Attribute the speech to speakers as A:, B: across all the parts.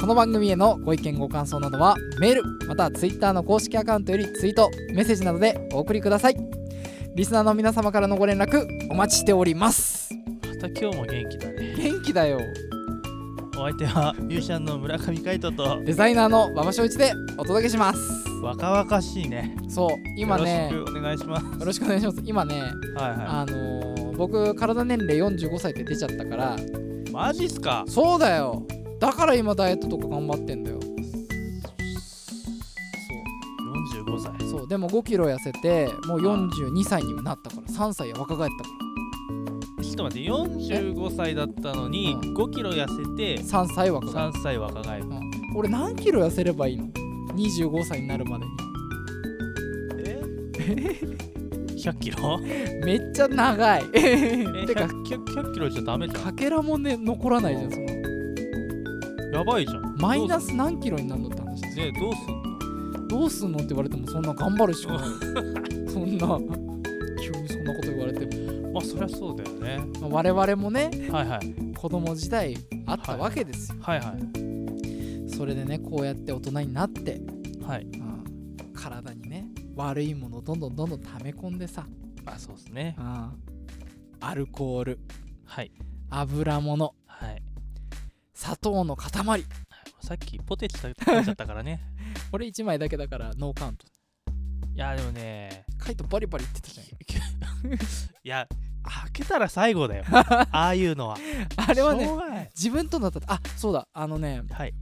A: この番組へのご意見ご感想などはメールまたはツイッターの公式アカウントよりツイートメッセージなどでお送りくださいリスナーの皆様からのご連絡お待ちしております
B: また今日も元気だね
A: 元気だよ
B: お相手はミュージシャンの村上海人と
A: デザイナーの馬場翔一でお届けします
B: 若々しいね
A: そう今ね
B: よろしくお願いします
A: よろしくお願いします今
B: は
A: ね
B: いは
A: あのー僕体年齢45歳って出ちゃったから
B: いマジっすか
A: そうだよだから今ダイエットとか頑張ってんだよ
B: 45歳
A: そうそうでも5キロ痩せてもう42歳にもなったから3歳は若返っ
B: ちょっと待って45歳だったのに
A: う
B: 5キロ痩せて
A: たから3歳若返る
B: 3歳若返る
A: 俺何キロ痩せればいいの25歳になるまで
B: え100キ ロ
A: にめっちゃ長い
B: え
A: てか
B: 100, キロ100キロじゃダメじゃ
A: かけらもね残らないじゃんその
B: んやばいじゃん
A: マイナ
B: ス
A: ス何キロになるのって話です
B: ねどうすんの
A: どうすんのって言われてもそんな頑張るしかないそんな 急にそんなこと言われて も
B: まあそりゃそうだよね
A: まあ我々もね
B: はいはい
A: 子供時代あったわけですよ、
B: はいはい
A: それでねこうやって大人になって、
B: はい
A: うん体にね悪いものをどんどんどんどん溜め込んでさ、
B: まあそうですね
A: うんアルコール
B: はい
A: 油物
B: はい
A: 砂糖の塊
B: さっきポテチ食べちゃったから ね
A: これ1枚だけだからノーカウント
B: いやでもね
A: カイトバリバリってたじゃん
B: いや開けたら最後 だよああいうのは
A: あれは
B: しょう
A: ね
B: がない
A: 自分となったあそうだあのね
B: はい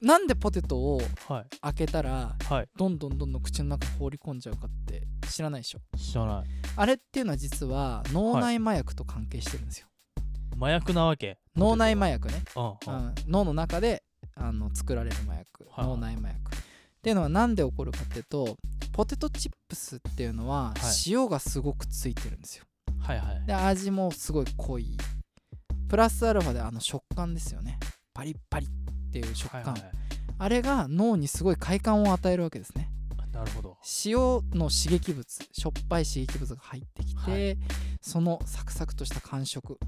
A: なんでポテトを
B: は
A: 開けたら
B: いはい
A: どんどんどんどん口の中放り込んじゃうかって知らないでしょ
B: 知らない
A: あれっていうのは実は脳内麻薬と関係してるんですよ、
B: 麻薬なわけ
A: 脳内麻薬ね
B: うん
A: う
B: うん
A: ん、脳の中であの作られる麻薬、
B: はい
A: 脳内麻薬っていうのは何で起こるかっていうとポテトチップスっていうの
B: は
A: は
B: い
A: 塩がすごくついてるんですよ
B: はいはい
A: で味もすごい濃いプラスアルファであの食感ですよねパリッパリっていう食
B: は
A: 感、
B: いはい
A: あれが脳にすごい快感を与えるわけですね
B: なるほど
A: 塩の刺激物しょっぱい刺激物が入ってきて、
B: は
A: そのサクサクとした感触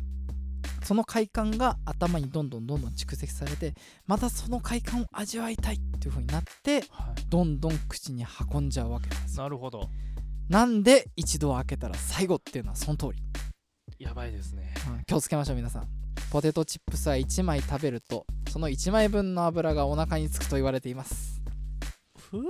A: その快感が頭にどんどんどんどん蓄積されてまたその快感を味わいたいっていう風になって
B: は
A: どんどん口に運んじゃうわけなんです
B: い
A: よ
B: なるほど
A: なんで一度開けたら最後っていうのはその通り、
B: やばいですね
A: うん気をつけましょう皆さんポテトチップスは1枚食べるとその1枚分の油がお腹につくと言われています
B: ふう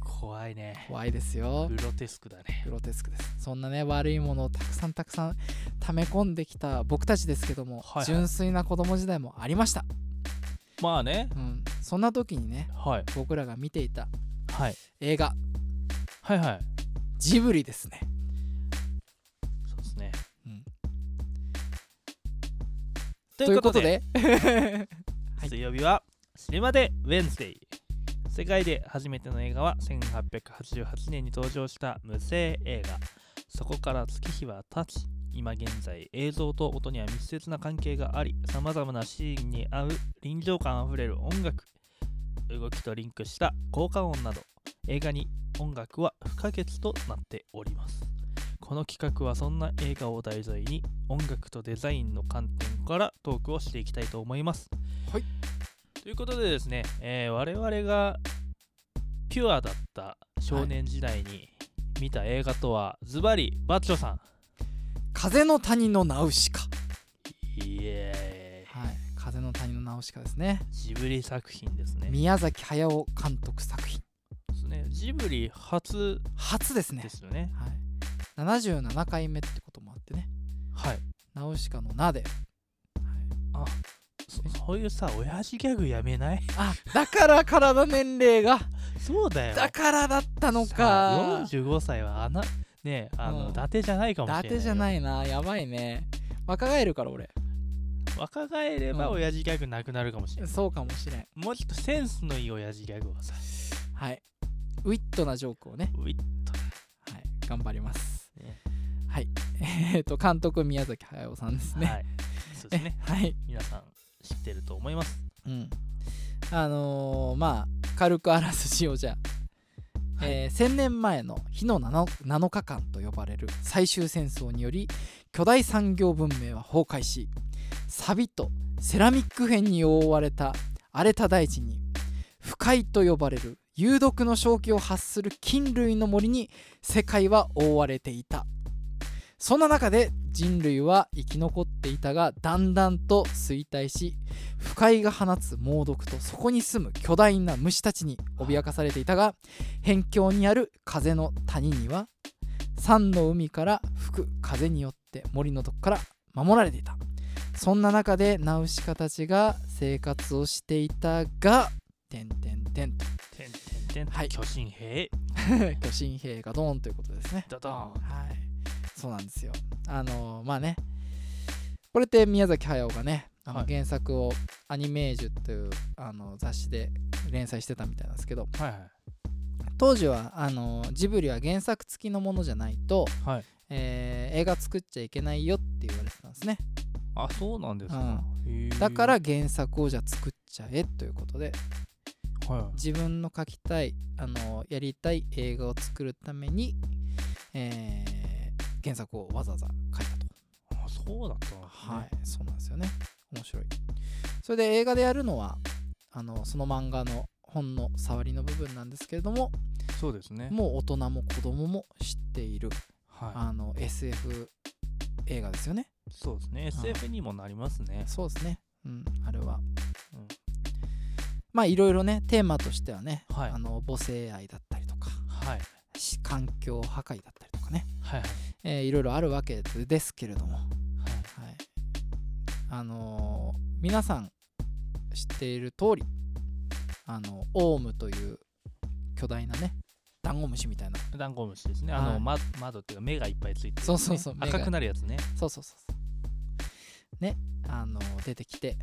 B: 怖いね
A: 怖いですよ
B: グロテスクだね
A: グロテスクですそんなね悪いものをたくさんたくさん溜め込んできた僕たちですけども、
B: はいはい
A: 純粋な子供時代もありました、
B: まあね
A: うん、そんな時にね
B: はい
A: 僕らが見ていた
B: はい
A: 映画
B: はいはい
A: ジブリですね
B: そうですね
A: うん
B: と
A: ということで はい
B: 水曜日はシネマでウェンズデイ世界で初めての映画は1888年に登場した無声映画そこから月日は経ち今現在映像と音には密接な関係がありさまざまなシーンに合う臨場感あふれる音楽動きとリンクした効果音など映画に音楽は不可欠となっておりますこの企画はそんな映画を題材に音楽とデザインの観点からトークをしていきたいと思いますということでですね、えー我々がピュアだった少年時代に見た映画とはズバリバッチョさん
A: 「風の谷のナウシカ」
B: イエーイ
A: はい「風の谷のナウシカ」ですね
B: ジブリ作品ですね
A: 宮崎駿監督作品
B: ですねジブリ初
A: 初ですね
B: ですよね
A: はい、77回目ってこともあってね
B: はい
A: ナウシカの「ナ」で、
B: あ
A: はい、
B: そそういうさ親父ギャグやめない
A: あだから体年齢が
B: そうだよ
A: だからだったの
B: さ
A: か
B: あ45歳はあなねえあの、
A: うん
B: 伊達じゃないかもしれな
A: 伊
B: い
A: 達じゃないいなやばいね若返るから俺
B: 若返れば
A: うん
B: 親父ギャグなくなるかもしれない、
A: そうかもしれん
B: もうちょっとセンスのいい親父ギャグをさ
A: はいウィットなジョークをね、
B: ウィッ
A: はい、頑張ります
B: トね。
A: はいえっと監督宮崎駿さんですね、
B: はい。そうですね。
A: はい、
B: 皆さん知ってると思います。
A: うん、あのーまあ軽くあらすじをじゃあ、
B: はい
A: えー1,000年前の火の 7, 7日間と呼ばれる最終戦争により巨大産業文明は崩壊しサビとセラミック片に覆われた荒れた大地に不快と呼ばれる有毒の正気を発する菌類の森に世界は覆われていたそんな中で人類は生き残っていたがだんだんと衰退し不快が放つ猛毒とそこに住む巨大な虫たちに脅かされていたが辺境にある風の谷には山の海から吹く風によって森の毒から守られていたそんな中でナウシカたちが生活をしていたがてんてんてんと
B: てんてんてん。
A: はい
B: 巨神兵。
A: 巨神兵がドーンということですね
B: ドドーン
A: はいそうなんですよあのまあねこれって宮崎駿がねあの
B: はい
A: 原作を「アニメージュ」というあの雑誌で連載してたみたいなんですけど
B: はいはい。
A: 当時はあのジブリは原作付きのものじゃないと、
B: はい
A: えー映画作っちゃいけないよって言われてたんですね
B: あ、そうなんですか。へー
A: だから、原作をじゃあ作っちゃえということで
B: はい。
A: 自分の描きたいあのやりたい映画を作るために、えー原作をわざわざ書いたと、
B: あ、そうだったんですね
A: はい。そうなんですよね面白いそれで映画でやるのはあのその漫画の本の触りの部分なんですけれども
B: そうですね。
A: もう大人も子供も知っている
B: は
A: あの SF 映画ですよね
B: い。そうですね。SF にもなりますね。
A: そうですねうんあれは、
B: うん
A: まあいろいろねテーマとしてはね、
B: はい
A: あの母性愛だったりとか
B: はい。
A: し環境破壊だったりとかね、
B: はいはい。
A: えーいろいろあるわけですけれども、はい
B: はい
A: あのー皆さん知っている通りあのオウムという巨大なねダンゴムシみたいな
B: ダンゴムシですね。
A: は
B: あ
A: い
B: の、ま、窓っていうか目がいっぱいついてる、ね。
A: そうそうそう目が
B: 赤くなるやつね。
A: そうそうそうそうねあのー出てきて
B: はい。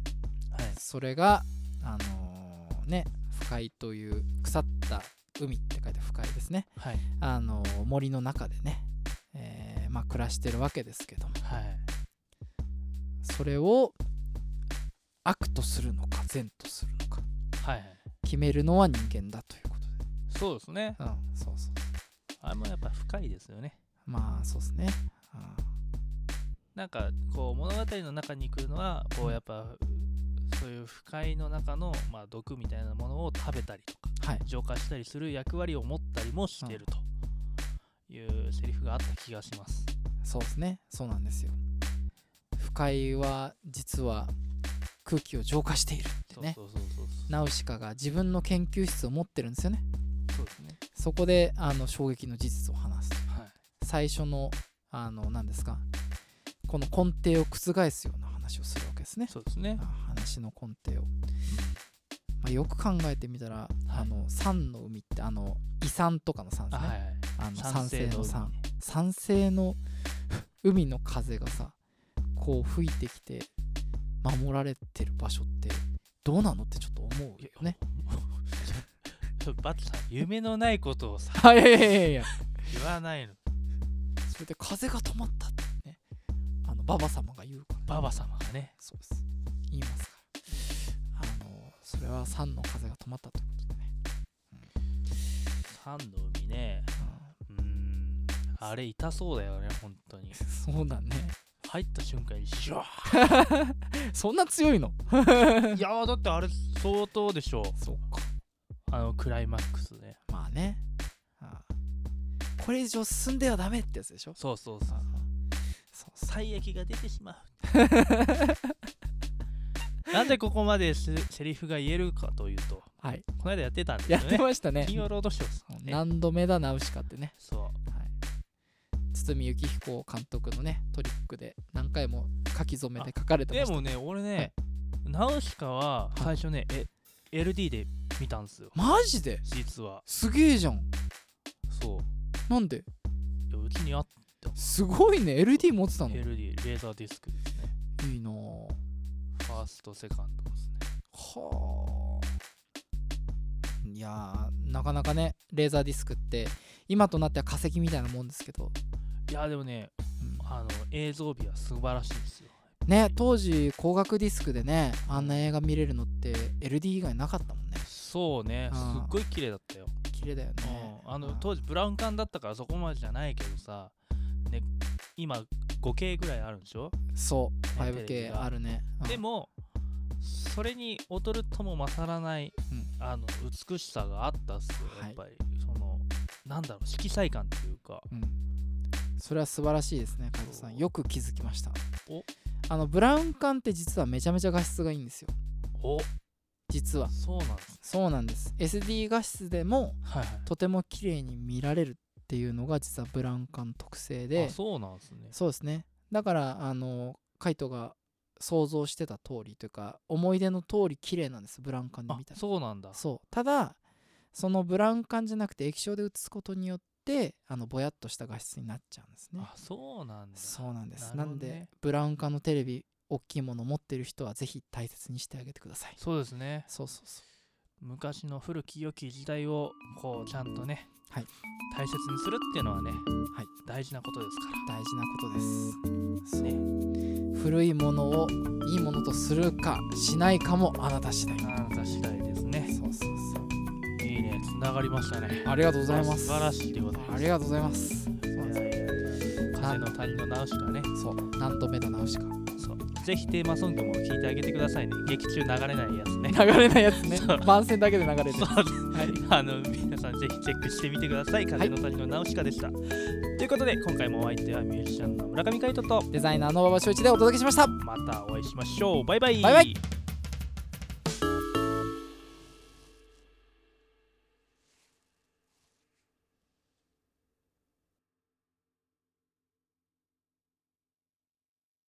A: それがあのーね不快という腐った海って書いて不快ですね
B: はい。
A: あのー森の中でね、えーまあ暮らしてるわけですけども
B: はい。
A: それを悪とするのか善とするのか
B: はいはい。
A: 決めるのは人間だということ
B: そうですね。
A: でうんそうそう
B: あれもやっぱ深いですよね。
A: まあそうですね、
B: なんかこう物語の中に来るのはこうやっぱそういう不快の中のまあ毒みたいなものを食べたりとか
A: はい
B: 浄化したりする役割を持ったりもしてるというセリフがあった気がします。
A: うん、そうですねそうなんですよ不快は実は空気を浄化しているって
B: そう
A: ね
B: そうそうそう
A: ナウシカが自分の研究室を持ってるんですよね
B: そうですね。
A: そこであの衝撃の事実を話す
B: はい。
A: 最初のあの何ですかこの根底を覆すような話をするわけですね
B: そうですね
A: あ。話の根底を、まあ、よく考えてみたら、あの酸の海ってあの遺産とかの酸で
B: あ
A: すね、
B: はいはい。
A: あの
B: 酸
A: 酸
B: 性
A: 性
B: の
A: の
B: 海
A: 酸酸性の 海の風がさこう吹いてきて守られてる場所ってどうなのってちょっと思うよね。
B: ちょバッツさん夢のないことをさ
A: はいやいやいやいや
B: 言わないの。
A: それで風が止まったってねあのババ様が言うから、ね、
B: ババ様がね。
A: そうです言いますからあのそれは酸の風が止まったということでね、
B: 三の海ね。うーん。あれ痛そうだよね本当に。
A: うん、そうだね
B: 入った瞬間にシュワー
A: そんな強いの
B: いやーだってあれ相当でしょ
A: そうか
B: あのクライマックスね
A: まあねああこれ以上進んではダメってやつでしょ
B: そうそうそう
A: ああそうそう
B: 最液が出て しまうなんでここまでセセリフが言えるかというと
A: はい
B: この間やってたんです
A: や
B: よ
A: って
B: ね
A: ましたね
B: 金曜ロードショーですもんね
A: 何度目だナウシカってね、
B: そ
A: はい、堤幸彦監督のねトリックで何回も書き初めで書かれ
B: う
A: てま
B: で
A: した
B: もね俺ね、ナウシカは最初ね、え LD で見たんですよ
A: マジで
B: 実は
A: すげえじゃん
B: そう
A: なんで
B: いやうちにあっ
A: すごいね LD 持ってたのい
B: LD レーザーディスクですね
A: いなあ
B: ファーストセカンドですね
A: はあいやーナなかなかねレーザーディスクって今となっては化石みたいなもんですけど、
B: いやでもね
A: うん
B: あの映像美は素晴らしいですよ
A: ね当時光学ディスクでねあんな映画見れるのって LD 以外なかったもんね
B: そうね
A: う
B: す
A: ん
B: っごい綺麗だったよ、
A: 綺麗だよね
B: うん、あの
A: うん
B: 当時ブラウン管だったからそこまでじゃないけどさ、ね、今 5K ぐらいあるんでしょ、
A: そう
B: ねテレビ
A: 5K
B: が
A: あるね、うん
B: でもそれに劣るとも勝らない、
A: うん
B: あの美しさがあったっすよ
A: はい
B: やっぱり、そのなんだろう色彩感っていうか
A: うんそれは素晴らしいですね海人さん
B: そう
A: よく気づきました
B: お
A: あのブラウン管って実はめちゃめちゃ画質がいいんですよ
B: お
A: 実は
B: そうなんです
A: そうなんです SD 画質でも
B: はいはい
A: とても綺麗に見られるっていうのが実はブラウン管特性で
B: あそうなんですね
A: そうですねだからあのカイトが想像してた通りというか思い出の通り綺麗なんですブラウン管で
B: あ
A: 見たら
B: そうなんだ
A: そうただそのブラウン管じゃなくて液晶で写すことによってあのぼやっとした画質になっちゃうんですね
B: あそうなんだ
A: そうなんです
B: な
A: な,、
B: るほ
A: ん
B: どね
A: でブラウン管のテレビ大きいもの持ってる人はぜひ大切にしてあげてください
B: そうですね
A: そうそうそ
B: 昔の古き良き時代をこうちゃんとね、
A: はい
B: 大切にするっていうのはね、
A: はい
B: 大事なことですか
A: う大事なことで
B: ら
A: すそう
B: ね
A: 古いものをいいものとするかしないかもあなた次第
B: あなた次第ですね
A: そうそうそう
B: いいねつながりましたね
A: ありがとうございます
B: 素晴らしいでございま
A: あ
B: す
A: りがとうございますそうなん
B: い
A: です
B: やいやいや風の谷のナウシカね
A: そう何度目だ直しか
B: そうぜひテーマソングも聴いてあげてくださいね劇 中流れないやつね
A: 流れないやつね
B: そう
A: 番宣だけで流れてる
B: そう
A: はい
B: あの皆さんぜひチェックしてみてください。風の谷のナウシカでした。ということで今回もお相手はミュージシャンの村上海人と
A: デザイナーの馬場翔一でお届けしました
B: またお会いしましょう。バイバイ。
A: バイバイ